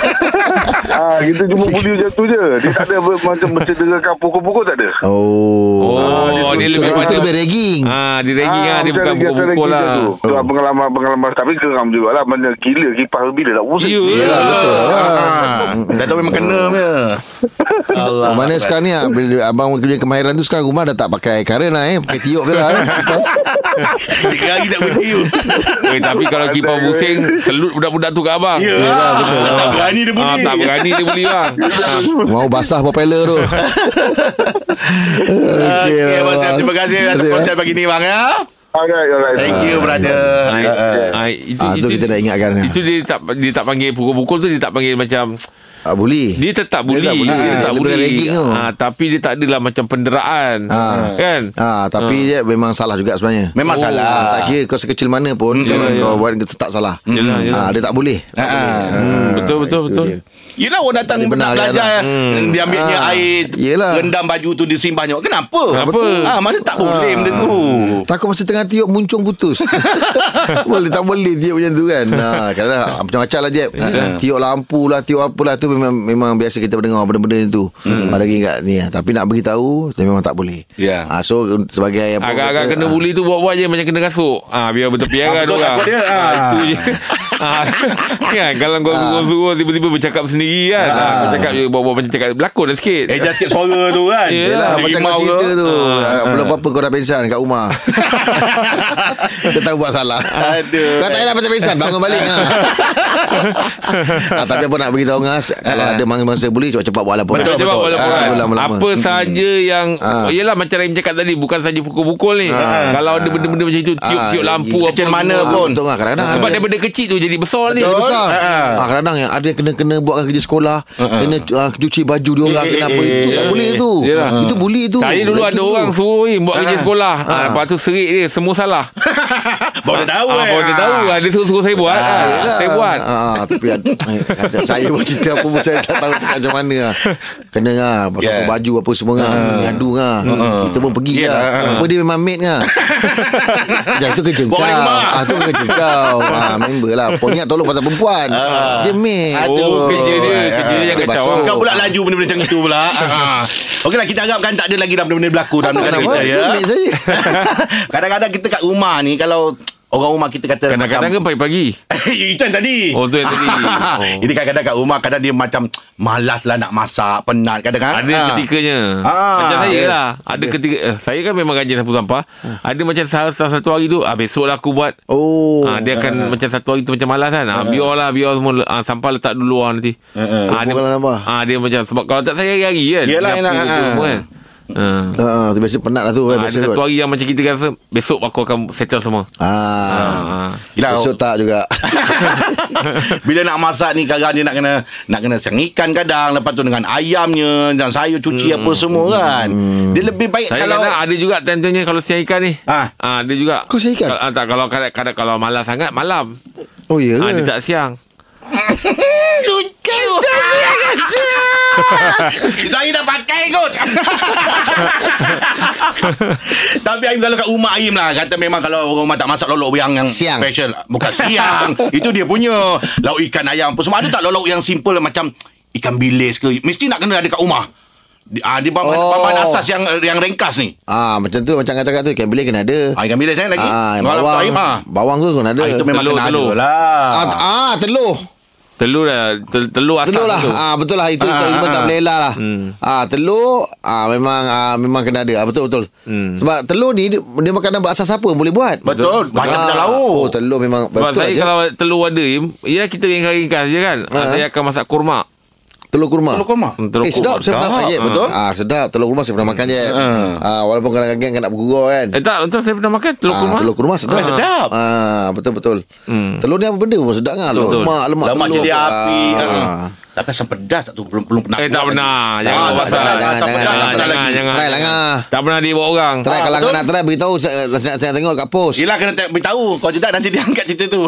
[SPEAKER 5] ha, kita cuma bully macam tu je dia tak ada ber- macam mencederakan pukul-pukul tak ada
[SPEAKER 3] Oh.
[SPEAKER 4] Oh,
[SPEAKER 5] Ah, dia
[SPEAKER 3] itu,
[SPEAKER 4] dia lebih
[SPEAKER 5] tu-
[SPEAKER 3] itu
[SPEAKER 4] macam
[SPEAKER 3] lebih ragging.
[SPEAKER 4] Ah, dia ragging ah, dia
[SPEAKER 5] macam
[SPEAKER 4] bukan
[SPEAKER 5] lagi-
[SPEAKER 4] pukul-pukul
[SPEAKER 5] lagi
[SPEAKER 4] lah.
[SPEAKER 5] macam Tu Itulah pengalaman pengalaman tapi geram jugalah mana gila kipas bila dah pusing.
[SPEAKER 3] Ya,
[SPEAKER 4] Yelah, betul
[SPEAKER 3] lah.
[SPEAKER 2] Ah, Dah tahu memang kena punya Allah
[SPEAKER 3] Mana
[SPEAKER 2] [LAUGHS]
[SPEAKER 3] sekarang ni ah, bila abang punya kemahiran tu sekarang rumah dah tak pakai karen lah eh pakai tiup je lah. eh. Kipas.
[SPEAKER 2] Tiga hari tak berhenti you
[SPEAKER 4] Eh, tapi kalau kipas pusing, selut budak-budak tu kat abang.
[SPEAKER 2] Yelah
[SPEAKER 3] betul lah.
[SPEAKER 2] Ah,
[SPEAKER 3] Ya.
[SPEAKER 2] Tak berani dia
[SPEAKER 4] Ah,
[SPEAKER 2] bully
[SPEAKER 4] tak berani dia beli
[SPEAKER 2] [LAUGHS]
[SPEAKER 4] bang. Ah.
[SPEAKER 3] Mau basah propeller tu.
[SPEAKER 2] Okey,
[SPEAKER 3] Okey
[SPEAKER 2] Abang Sam,
[SPEAKER 3] bang.
[SPEAKER 2] terima kasih atas
[SPEAKER 3] Terima kasih, eh.
[SPEAKER 2] konsep pagi ni bang ya.
[SPEAKER 5] Alright, alright.
[SPEAKER 2] Thank you brother.
[SPEAKER 4] Ah,
[SPEAKER 2] Ah, ah.
[SPEAKER 4] ah, itu,
[SPEAKER 3] Ah, tu kita nak ingatkan.
[SPEAKER 4] Itu dia tak dia tak panggil pukul-pukul tu dia tak panggil macam
[SPEAKER 3] Ah, bully.
[SPEAKER 4] dia tetap
[SPEAKER 3] Dia
[SPEAKER 4] bully.
[SPEAKER 3] tak
[SPEAKER 4] Dia,
[SPEAKER 3] bully.
[SPEAKER 4] tetap
[SPEAKER 3] Dia
[SPEAKER 4] bully.
[SPEAKER 3] bukan ragging tu.
[SPEAKER 4] Ah, tapi dia tak adalah macam penderaan.
[SPEAKER 3] Ah.
[SPEAKER 4] Kan?
[SPEAKER 3] Ah, tapi dia memang salah juga sebenarnya.
[SPEAKER 2] Memang
[SPEAKER 3] Oh,
[SPEAKER 2] salah.
[SPEAKER 3] Ah, tak kira kau sekecil mana pun kalau
[SPEAKER 4] Yalah,
[SPEAKER 3] kau buat dia tetap salah.
[SPEAKER 4] Yalah, yalah.
[SPEAKER 3] Ah, dia tak boleh. Tak
[SPEAKER 2] Ah,
[SPEAKER 3] boleh.
[SPEAKER 2] ah.
[SPEAKER 3] Ah,
[SPEAKER 4] Betul betul
[SPEAKER 3] itu
[SPEAKER 4] betul.
[SPEAKER 3] dia.
[SPEAKER 2] Yelah orang datang
[SPEAKER 3] Dia benar
[SPEAKER 2] nak
[SPEAKER 3] kan,
[SPEAKER 2] belajar ya. Dia ambilnya
[SPEAKER 3] Ah,
[SPEAKER 2] air
[SPEAKER 3] yelah.
[SPEAKER 2] Rendam baju tu dia simbahnya Kenapa?
[SPEAKER 4] Kenapa?
[SPEAKER 2] Ah, mana tak boleh
[SPEAKER 3] Ah.
[SPEAKER 2] benda tu
[SPEAKER 3] Takut masa tengah tiup Muncung putus
[SPEAKER 4] [LAUGHS]
[SPEAKER 3] Boleh tak boleh Tiup macam tu kan ha, Kadang macam-macam lah Jeb
[SPEAKER 4] Ya.
[SPEAKER 3] Tiup lampu lah Tiup apalah Tu memang memang biasa kita dengar Benda-benda tu hmm. Lagi kat ni lah. Tapi nak beritahu Saya memang tak boleh
[SPEAKER 2] Ya.
[SPEAKER 3] ha, So sebagai apa
[SPEAKER 4] Agak-agak
[SPEAKER 3] kata,
[SPEAKER 4] kena
[SPEAKER 3] ah,
[SPEAKER 4] bully tu buat-buat je macam kena rasuk. Ah biar bertepiaran
[SPEAKER 2] betul,
[SPEAKER 4] orang.
[SPEAKER 2] takut dia. Ah.
[SPEAKER 4] itu je. ah, [LAUGHS] kan kalau kau
[SPEAKER 3] Ah.
[SPEAKER 4] suruh-suruh tiba-tiba bercakap sendiri kan. Ah. kau cakap je buat-buat macam cakap berlakon dah sikit.
[SPEAKER 2] Eh just sikit suara tu kan
[SPEAKER 4] Yelah,
[SPEAKER 3] Yelah, macam kau
[SPEAKER 2] Rimau
[SPEAKER 3] cerita
[SPEAKER 2] ke?
[SPEAKER 3] tu Ah, Belum apa-apa kau dah pensan kat
[SPEAKER 4] [LAUGHS]
[SPEAKER 3] rumah Kau tahu buat salah
[SPEAKER 2] Aduh.
[SPEAKER 3] Kau tak payah pasal pensan Bangun balik
[SPEAKER 4] [LAUGHS]
[SPEAKER 3] ha. ah, Tapi apa nak beritahu Ngas Kalau ada mangsa-mangsa boleh Cepat-cepat buat laporan
[SPEAKER 4] Eh. Betul, betul, betul,
[SPEAKER 3] Ah,
[SPEAKER 4] betul,
[SPEAKER 3] lama-lama.
[SPEAKER 4] Apa sahaja yang
[SPEAKER 3] Ah.
[SPEAKER 4] Yelah macam Rahim cakap tadi Bukan sahaja pukul-pukul ni Ah. Kalau ada benda-benda macam itu Tiup-tiup
[SPEAKER 3] Ah,
[SPEAKER 4] lampu
[SPEAKER 3] sekecil
[SPEAKER 4] apa
[SPEAKER 2] mana
[SPEAKER 4] semua. Ah.
[SPEAKER 2] pun.
[SPEAKER 3] Betul lah kadang-kadang
[SPEAKER 4] Sebab
[SPEAKER 3] ada-
[SPEAKER 4] daripada kecil tu Jadi besar ni
[SPEAKER 3] Jadi besar
[SPEAKER 2] Ah.
[SPEAKER 3] ah, Kadang-kadang yang ada Kena-kena buatkan kerja sekolah Kena ah, cuci baju dia orang
[SPEAKER 2] Eh, eh,
[SPEAKER 3] Kenapa
[SPEAKER 2] eh,
[SPEAKER 3] Itu
[SPEAKER 2] eh,
[SPEAKER 3] tak
[SPEAKER 2] eh,
[SPEAKER 3] boleh
[SPEAKER 2] eh.
[SPEAKER 3] tu Ah.
[SPEAKER 4] Yelah.
[SPEAKER 3] Itu bully tu
[SPEAKER 4] Saya dulu ada
[SPEAKER 3] Ranking tu.
[SPEAKER 4] orang suruh eh, buat kerja sekolah. Ha,
[SPEAKER 3] Ah.
[SPEAKER 4] lepas tu serik dia semua salah.
[SPEAKER 2] [LAUGHS] Baru dia tahu
[SPEAKER 4] Ah,
[SPEAKER 2] eh.
[SPEAKER 4] baru dia tahu. Ah, Dia suruh-suruh saya buat. Ah,
[SPEAKER 3] Yelah.
[SPEAKER 4] Saya buat.
[SPEAKER 3] ah, Tapi ad- eh, kadang Saya pun cerita apa pun Saya tak tahu cakap macam mana lah. Kena lah Pasal
[SPEAKER 2] Yeah.
[SPEAKER 3] yeah. baju apa semua lah Ngadu lah Kita pun pergi
[SPEAKER 2] Yeah,
[SPEAKER 3] lah
[SPEAKER 2] ah.
[SPEAKER 3] Apa dia memang maid lah Ya itu kerja
[SPEAKER 2] Buat
[SPEAKER 3] kau
[SPEAKER 2] orang rumah.
[SPEAKER 3] ah, Itu kerja kau ah, Member lah Ponyat tolong pasal perempuan Dia maid
[SPEAKER 4] Oh, kerja dia. Kerja dia yang
[SPEAKER 3] Dia
[SPEAKER 4] kacau.
[SPEAKER 3] basuh.
[SPEAKER 2] Kau pula laju benda-benda macam itu
[SPEAKER 4] [LAUGHS]
[SPEAKER 2] pula. Ah. Okeylah kita harapkan tak ada lagi dah benda-benda berlaku dalam
[SPEAKER 3] Asal
[SPEAKER 2] negara
[SPEAKER 3] kenapa
[SPEAKER 2] kita ya.
[SPEAKER 3] Dia maid saja
[SPEAKER 2] [LAUGHS] Kadang-kadang kita kat rumah ni kalau orang rumah kita kata
[SPEAKER 4] Kadang-kadang
[SPEAKER 2] macam-
[SPEAKER 4] kan pagi-pagi.
[SPEAKER 2] [LAUGHS] itu yang tadi.
[SPEAKER 4] Oh, tu yang tadi. Oh.
[SPEAKER 2] Ini kadang-kadang kat rumah kadang dia macam malas lah nak masak, penat kadang-kadang.
[SPEAKER 4] Ada
[SPEAKER 2] Ah.
[SPEAKER 4] ketikanya
[SPEAKER 2] Ah,
[SPEAKER 4] Macam saya
[SPEAKER 2] ya.
[SPEAKER 4] lah Ada ketika eh, Saya kan memang rajin sapu sampah Ada macam salah, salah satu hari tu ah, Besok lah aku buat
[SPEAKER 3] Oh
[SPEAKER 4] Ah, dia akan macam satu hari tu macam malas kan. Ah, biarlah, biar semua le- ah, sampah letak dulu luar nanti. Ah, dia,
[SPEAKER 3] Tumpukan dalam apa?
[SPEAKER 4] ah, dia macam sebab kalau tak saya hari-hari kan.
[SPEAKER 2] Yelah,
[SPEAKER 4] Dia
[SPEAKER 2] yelah,
[SPEAKER 4] aku
[SPEAKER 2] ah.
[SPEAKER 4] semua kan. Ah.
[SPEAKER 3] Ah, tu biasa penat lah tu
[SPEAKER 4] Ah,
[SPEAKER 3] kan,
[SPEAKER 4] ada
[SPEAKER 3] biasa
[SPEAKER 4] satu
[SPEAKER 3] kot.
[SPEAKER 4] hari yang macam kita rasa besok aku akan settle semua.
[SPEAKER 3] Ah.
[SPEAKER 4] Ah.
[SPEAKER 2] Yelah,
[SPEAKER 3] Besok tak juga.
[SPEAKER 2] [LAUGHS] Bila nak masak ni kadang dia nak kena nak kena siang ikan kadang lepas tu dengan ayamnya dan sayur cuci apa semua kan. Dia lebih baik
[SPEAKER 4] Saya
[SPEAKER 2] kalau
[SPEAKER 4] kalau kadang ada juga tentunya kalau siang ikan ni.
[SPEAKER 2] Ah.
[SPEAKER 4] Ah, ada juga.
[SPEAKER 3] Kau siang ikan?
[SPEAKER 4] Ah, tak kalau kadang, kadang kalau malas sangat malam.
[SPEAKER 3] Oh ya.
[SPEAKER 4] Ah,
[SPEAKER 3] Yeah.
[SPEAKER 4] dia tak siang.
[SPEAKER 2] Saya dah pakai kot [LAUGHS] Tapi Aim kalau kat rumah Aim lah Kata memang kalau orang rumah tak masak Lauk-lauk yang, yang
[SPEAKER 3] Siang.
[SPEAKER 2] special Bukan siang Itu dia punya Lauk ikan ayam apa Semua ada tak lauk-lauk yang simple lah, Macam ikan bilis ke Mesti nak kena ada kat rumah Ah, dia bahan,
[SPEAKER 3] Oh.
[SPEAKER 2] bahan asas yang yang ringkas ni.
[SPEAKER 3] Ah macam tu macam kata cakap tu ikan bilis kena ada.
[SPEAKER 2] Ah, ikan bilis kan lagi.
[SPEAKER 3] Ah,
[SPEAKER 2] Kalau
[SPEAKER 3] bawang.
[SPEAKER 2] Aim ah.
[SPEAKER 3] Bawang tu kena ada.
[SPEAKER 2] Ah, itu memang
[SPEAKER 4] Telur,
[SPEAKER 2] kena
[SPEAKER 4] telur.
[SPEAKER 2] ada lah.
[SPEAKER 3] ah, ah telur.
[SPEAKER 4] Telur dah tel, telur asam
[SPEAKER 3] Telur lah.
[SPEAKER 4] tu.
[SPEAKER 3] Ah betul lah itu
[SPEAKER 2] Ah,
[SPEAKER 3] ah,
[SPEAKER 2] ah,
[SPEAKER 3] tak
[SPEAKER 2] ah.
[SPEAKER 3] boleh elah lah. Ah telur ah memang ah, memang kena ada. Ah, betul betul. Sebab telur ni dia, dia makanan berasas apa boleh buat.
[SPEAKER 2] Betul, banyak benda lauk.
[SPEAKER 3] Oh telur memang
[SPEAKER 4] Sebab
[SPEAKER 3] betul
[SPEAKER 4] saya
[SPEAKER 3] lah je.
[SPEAKER 4] kalau telur ada Im, Ya kita ringkas-ringkas je kan ah,
[SPEAKER 3] Ah.
[SPEAKER 4] Saya akan masak kurma
[SPEAKER 3] Telur kurma.
[SPEAKER 2] Telur kurma.
[SPEAKER 4] Telur
[SPEAKER 3] eh sedap saya pernah makan je
[SPEAKER 2] betul?
[SPEAKER 3] Ah sedap telur kurma saya pernah makan je. Ah walaupun kadang-kadang kan nak bergurau kan.
[SPEAKER 4] Eh tak, entah saya pernah makan telur
[SPEAKER 3] Ah,
[SPEAKER 4] kurma.
[SPEAKER 3] Telur kurma sedap.
[SPEAKER 2] Ah, sedap.
[SPEAKER 3] Ah, betul betul. Hmm. Telur ni apa benda pun sedap kan.
[SPEAKER 4] Betul.
[SPEAKER 3] Lemak, lemak,
[SPEAKER 2] Lemak
[SPEAKER 3] telur.
[SPEAKER 2] jadi api.
[SPEAKER 3] Ah.
[SPEAKER 2] Ah. Tapi asam pedas tak tu belum belum pernah.
[SPEAKER 4] Eh tak
[SPEAKER 2] buat
[SPEAKER 4] pernah.
[SPEAKER 2] lagi.
[SPEAKER 4] Jangan
[SPEAKER 2] Ah, tak
[SPEAKER 4] buat pasal.
[SPEAKER 2] pernah.
[SPEAKER 3] Jangan,
[SPEAKER 2] Asam
[SPEAKER 3] jangan,
[SPEAKER 2] pedas
[SPEAKER 3] jangan,
[SPEAKER 2] tak
[SPEAKER 4] jangan, ah.
[SPEAKER 2] lagi.
[SPEAKER 4] jangan.
[SPEAKER 3] Try lah, ngah.
[SPEAKER 4] Tak pernah dia buat orang.
[SPEAKER 3] Try
[SPEAKER 2] Ah,
[SPEAKER 3] kalau
[SPEAKER 2] betul.
[SPEAKER 3] kau nak try beritahu saya, saya, saya tengok kat post.
[SPEAKER 2] Yelah kena te- beritahu Kalau tidak nanti dia angkat cerita tu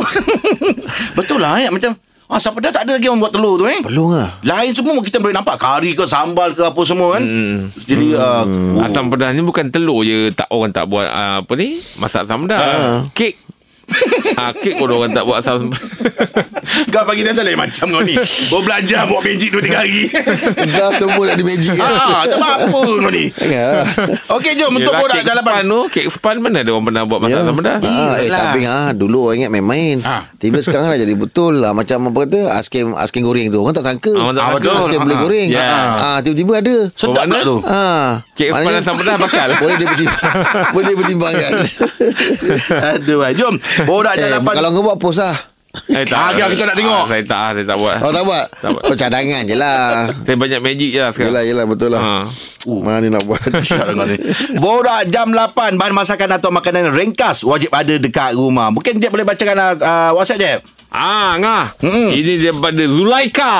[SPEAKER 2] [LAUGHS] Betul lah eh Macam ah, Siapa dah tak ada lagi orang buat telur tu eh
[SPEAKER 3] Belum ah.
[SPEAKER 2] Lain semua kita boleh nampak Kari ke sambal ke apa semua kan hmm. Jadi uh, oh.
[SPEAKER 4] Asam pedas ni bukan telur je tak orang tak buat ah, apa ni? Masak asam pedas. Kek. [LAUGHS] ah kek pun orang tak buat asam
[SPEAKER 2] Kau pagi dah salah macam kau ni Kau belajar buat magic 2-3 hari
[SPEAKER 3] Dah semua dah di
[SPEAKER 2] [LAUGHS]
[SPEAKER 3] magic. kan?
[SPEAKER 2] ah,
[SPEAKER 3] Ya.
[SPEAKER 2] Tak apa kau ni
[SPEAKER 3] Jangan.
[SPEAKER 2] Okey jom Untuk borak
[SPEAKER 4] kek
[SPEAKER 2] dalam
[SPEAKER 4] span tu, kek span mana ada orang pernah buat masak asam pedas?
[SPEAKER 3] Ah, eh
[SPEAKER 2] Yelah.
[SPEAKER 3] tapi ah dulu orang ingat main-main.
[SPEAKER 2] Ah.
[SPEAKER 3] Tiba sekarang dah jadi betul lah macam apa kata askim askim goreng tu. Orang tak sangka.
[SPEAKER 4] Orang tak
[SPEAKER 2] Ah,
[SPEAKER 4] sangka.
[SPEAKER 2] betul.
[SPEAKER 3] Askim
[SPEAKER 2] Ah,
[SPEAKER 3] boleh goreng.
[SPEAKER 4] ya.
[SPEAKER 3] Ah tiba-tiba ada.
[SPEAKER 2] Sedap
[SPEAKER 4] Berwarna?
[SPEAKER 2] tak [LAUGHS] tu
[SPEAKER 3] Ah.
[SPEAKER 4] Kek
[SPEAKER 3] maknanya-
[SPEAKER 4] span asam pedas bakal.
[SPEAKER 3] [LAUGHS] Boleh dia
[SPEAKER 2] [LAUGHS]
[SPEAKER 3] bertimbang Boleh dia bertimbangkan
[SPEAKER 2] Aduh ai. Jom Borak
[SPEAKER 3] Eh
[SPEAKER 2] dalam
[SPEAKER 3] kalau kau buat post lah
[SPEAKER 4] Eh
[SPEAKER 2] Ah, okey, kita nak tengok.
[SPEAKER 4] Ah, saya tak, ah, saya tak buat.
[SPEAKER 3] Oh tak buat
[SPEAKER 4] Tak buat.
[SPEAKER 3] Oh cadangan
[SPEAKER 2] [LAUGHS]
[SPEAKER 3] je lah
[SPEAKER 4] Saya banyak magic je lah sekarang.
[SPEAKER 3] Yelah yelah betul lah
[SPEAKER 4] Ah.
[SPEAKER 3] uh. Mana nak buat [LAUGHS]
[SPEAKER 2] Syarat kau ni. Borak jam 8 Bahan masakan atau makanan ringkas Wajib ada dekat rumah Mungkin Jeb boleh bacakan uh, uh, WhatsApp Jeb
[SPEAKER 4] Ah, ngah.
[SPEAKER 2] Mm-mm.
[SPEAKER 4] Ini daripada Zulaika.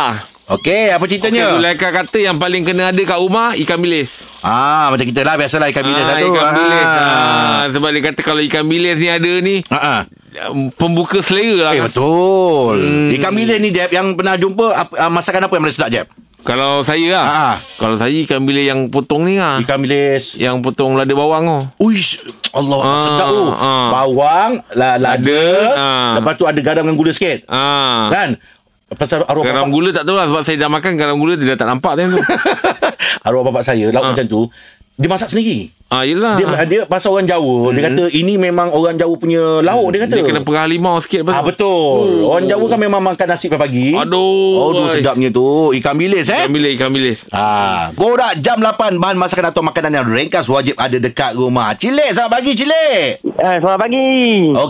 [SPEAKER 2] Okey apa ceritanya
[SPEAKER 4] Okay, Zulaika kata yang paling kena ada kat rumah ikan bilis.
[SPEAKER 2] Ah macam kita lah biasalah ikan bilis satu.
[SPEAKER 4] Ikan bilis.
[SPEAKER 2] Ah.
[SPEAKER 4] Ah, sebab dia kata kalau ikan bilis ni ada ni,
[SPEAKER 2] Ah. ah.
[SPEAKER 4] um, pembuka selera lah.
[SPEAKER 2] Eh
[SPEAKER 4] kan.
[SPEAKER 2] betul.
[SPEAKER 4] Hmm.
[SPEAKER 2] Ikan bilis ni Jeb yang pernah jumpa apa, ah, masakan apa yang paling sedap Jeb?
[SPEAKER 4] Kalau saya lah.
[SPEAKER 2] Ah.
[SPEAKER 4] Kalau saya ikan bilis yang potong ni lah.
[SPEAKER 2] Ikan bilis.
[SPEAKER 4] Yang potong lada bawang tu.
[SPEAKER 2] Uish Allah
[SPEAKER 4] Ah,
[SPEAKER 2] sedap tu.
[SPEAKER 4] ah.
[SPEAKER 2] Bawang, la, lada,
[SPEAKER 4] ah.
[SPEAKER 2] lepas tu ada garam dengan gula sikit.
[SPEAKER 4] Ah.
[SPEAKER 2] Kan? Pasal arwah
[SPEAKER 4] Garam
[SPEAKER 2] bapak,
[SPEAKER 4] gula tak tahu lah sebab saya dah makan garam gula dia dah tak nampak time tu.
[SPEAKER 2] [LAUGHS] arwah bapak saya lauk macam tu dia masak sendiri.
[SPEAKER 4] ah, yelah.
[SPEAKER 2] Dia dia pasal orang Jawa, dia kata ini memang orang Jawa punya lauk dia kata.
[SPEAKER 4] Dia kena perah limau sikit lepas
[SPEAKER 2] Ah
[SPEAKER 4] tu.
[SPEAKER 2] betul. Orang Jawa kan memang makan nasi pagi.
[SPEAKER 4] Aduh.
[SPEAKER 2] Aduh sedapnya tu ikan bilis eh.
[SPEAKER 4] Ikan bilis, ikan bilis.
[SPEAKER 2] Ah, gorak jam 8 bahan masakan atau makanan yang ringkas wajib ada dekat rumah. Cilik, selamat pagi Cilik.
[SPEAKER 4] Hmm.
[SPEAKER 6] Eh, selamat pagi.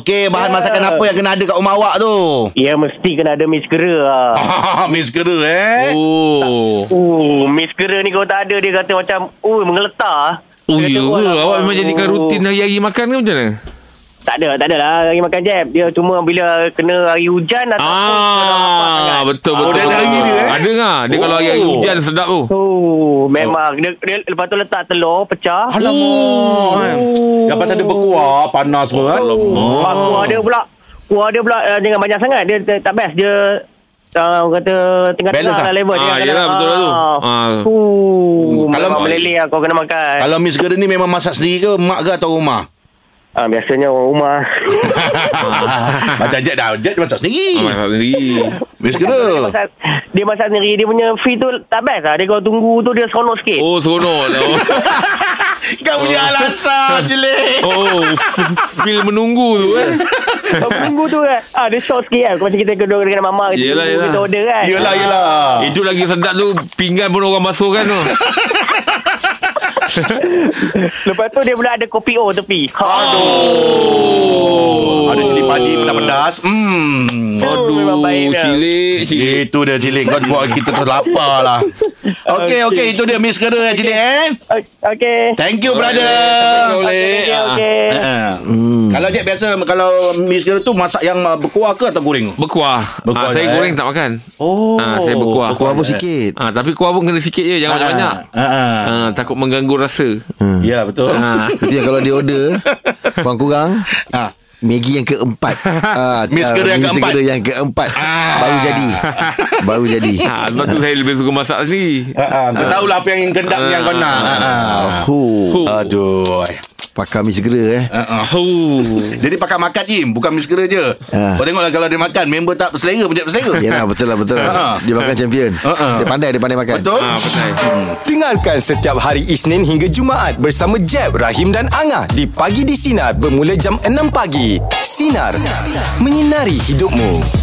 [SPEAKER 2] Okey, bahan
[SPEAKER 6] Ya.
[SPEAKER 2] masakan apa yang kena ada kat rumah awak tu?
[SPEAKER 6] Ya, mesti kena ada mis kera lah.
[SPEAKER 2] Ah, [LAUGHS] Miss Kera eh.
[SPEAKER 4] Oh.
[SPEAKER 6] Uh, mis kera ni kalau tak ada, dia kata macam, uh, mengeletar.
[SPEAKER 4] Oh,
[SPEAKER 7] ah."
[SPEAKER 6] Dia kata,
[SPEAKER 4] ya.
[SPEAKER 6] "Wah,
[SPEAKER 4] ke?
[SPEAKER 6] lah,
[SPEAKER 4] Awak
[SPEAKER 6] bang."
[SPEAKER 4] memang jadikan
[SPEAKER 6] Oh.
[SPEAKER 4] rutin hari-hari makan ke macam mana?
[SPEAKER 7] Tak ada, tak adalah lagi makan jam. Dia cuma bila kena hari hujan atau
[SPEAKER 4] Ah, betul betul.
[SPEAKER 2] Oh, dia ada hari dia, eh?
[SPEAKER 4] Ada ngah. Dia kalau hari
[SPEAKER 2] Oh.
[SPEAKER 4] hujan sedap tu.
[SPEAKER 7] Oh, memang. Dia, dia, lepas tu letak telur, pecah.
[SPEAKER 4] Oh.
[SPEAKER 2] Alamak. kan. Yang pasal dia berkuah panas pun kan.
[SPEAKER 7] Oh. Kuah dia pula Kuah dia pula uh, Jangan banyak sangat Dia tak, tak best Dia uh, orang kata Tengah-tengah
[SPEAKER 2] Balance
[SPEAKER 7] lah
[SPEAKER 2] lah.
[SPEAKER 7] level
[SPEAKER 4] Ah, yelah, betul lah tu. Ah.
[SPEAKER 2] Kalau-
[SPEAKER 7] Kalau meleleh lah Kau kena makan
[SPEAKER 2] Kalau Miss Gerda ni memang masak sendiri ke mak ke atau [LAUGHS] rumah?
[SPEAKER 7] ah, Biasanya orang rumah
[SPEAKER 2] Macam Jet dah. Jet dia masak
[SPEAKER 4] Ah,
[SPEAKER 2] sendiri.
[SPEAKER 4] masak sendiri.
[SPEAKER 2] Miss
[SPEAKER 7] dia
[SPEAKER 2] Gerda.
[SPEAKER 7] masak, dia masak sendiri Dia punya fee tu Tak best lah Dia kalau tunggu tu Dia seronok sikit
[SPEAKER 4] [LAUGHS] Oh, seronok tu.
[SPEAKER 2] Kau punya alasan jelek.
[SPEAKER 4] Oh, feel menunggu tu eh.
[SPEAKER 7] Kalau tunggu tu kan ah, Dia shock sikit kan Kalau Macam kita kedua dengan mama kita,
[SPEAKER 4] Yelah,
[SPEAKER 7] tunggu,
[SPEAKER 4] yelah.
[SPEAKER 7] kita order kan
[SPEAKER 2] [LAUGHS] Yelah, yelah.
[SPEAKER 4] Itu Eh, lagi sedap tu pinggan pun orang basuhkan tu.
[SPEAKER 7] Lepas tu dia pula ada kopi O tepi
[SPEAKER 2] Aduh. Ada cili padi pedas-pedas. Hmm.
[SPEAKER 7] Aduh, memang baik
[SPEAKER 4] Aduh,
[SPEAKER 7] dah.
[SPEAKER 4] cilik, cilik.
[SPEAKER 2] Itu dia cilik Kau buat kita terlapar [LAUGHS] lah Okey okey Itu dia Miss Gerda eh, cilik eh
[SPEAKER 7] Okay
[SPEAKER 2] Thank you
[SPEAKER 4] Boleh,
[SPEAKER 2] brother
[SPEAKER 4] Boleh.
[SPEAKER 7] Okay,
[SPEAKER 4] Ah.
[SPEAKER 7] okay.
[SPEAKER 2] Ah. Kalau Jack biasa Kalau Miss Gerda tu Masak yang ah, berkuah ke atau goreng
[SPEAKER 4] Berkuah.
[SPEAKER 2] Berkuah
[SPEAKER 4] ah, saya
[SPEAKER 2] dah, eh?
[SPEAKER 4] goreng tak makan.
[SPEAKER 2] Oh
[SPEAKER 4] Ah, saya berkuah.
[SPEAKER 3] Kau apa sikit
[SPEAKER 4] Ah, tapi kuah pun kena sikit je,
[SPEAKER 2] Ah,
[SPEAKER 4] jangan banyak-banyak.
[SPEAKER 2] ah, ah.
[SPEAKER 4] Ah, takut mengganggu
[SPEAKER 2] [LAUGHS]
[SPEAKER 4] rasa.
[SPEAKER 2] Yalah Ya, betul
[SPEAKER 4] Ah.
[SPEAKER 3] Nanti kalau dia order Kurang-kurang
[SPEAKER 2] Ah.
[SPEAKER 3] Maggi yang
[SPEAKER 2] [LAUGHS]
[SPEAKER 3] keempat ah,
[SPEAKER 2] Miss
[SPEAKER 3] ah,
[SPEAKER 2] Gerda yang
[SPEAKER 3] Miss
[SPEAKER 2] keempat. Ah.
[SPEAKER 3] Gerda yang keempat Baru jadi Baru jadi
[SPEAKER 4] Ah, sebab tu saya lebih suka masak sendiri.
[SPEAKER 2] Ah, ah, Kau tahulah apa yang kendak yang kau nak Ah, ah.
[SPEAKER 3] Ha. Hu,
[SPEAKER 2] Aduh
[SPEAKER 3] Pakar Miss Gerda eh
[SPEAKER 2] Ah.
[SPEAKER 4] Oh.
[SPEAKER 2] Jadi pakai makan Im Bukan Miss Gerda je
[SPEAKER 3] Ah.
[SPEAKER 2] Kau tengoklah kalau dia makan Member tak berselera Pencet berselera
[SPEAKER 3] Yelah betul lah betul
[SPEAKER 2] Ha.
[SPEAKER 3] lah Dia makan champion
[SPEAKER 2] Ha.
[SPEAKER 3] Dia pandai dia pandai makan
[SPEAKER 2] Betul
[SPEAKER 4] Ah, pandai.
[SPEAKER 1] Dengarkan setiap hari Isnin hingga Jumaat bersama Jeb, Rahim dan Angah di Pagi di Sinar bermula jam 6 pagi. Sinar. Menyinari hidupmu.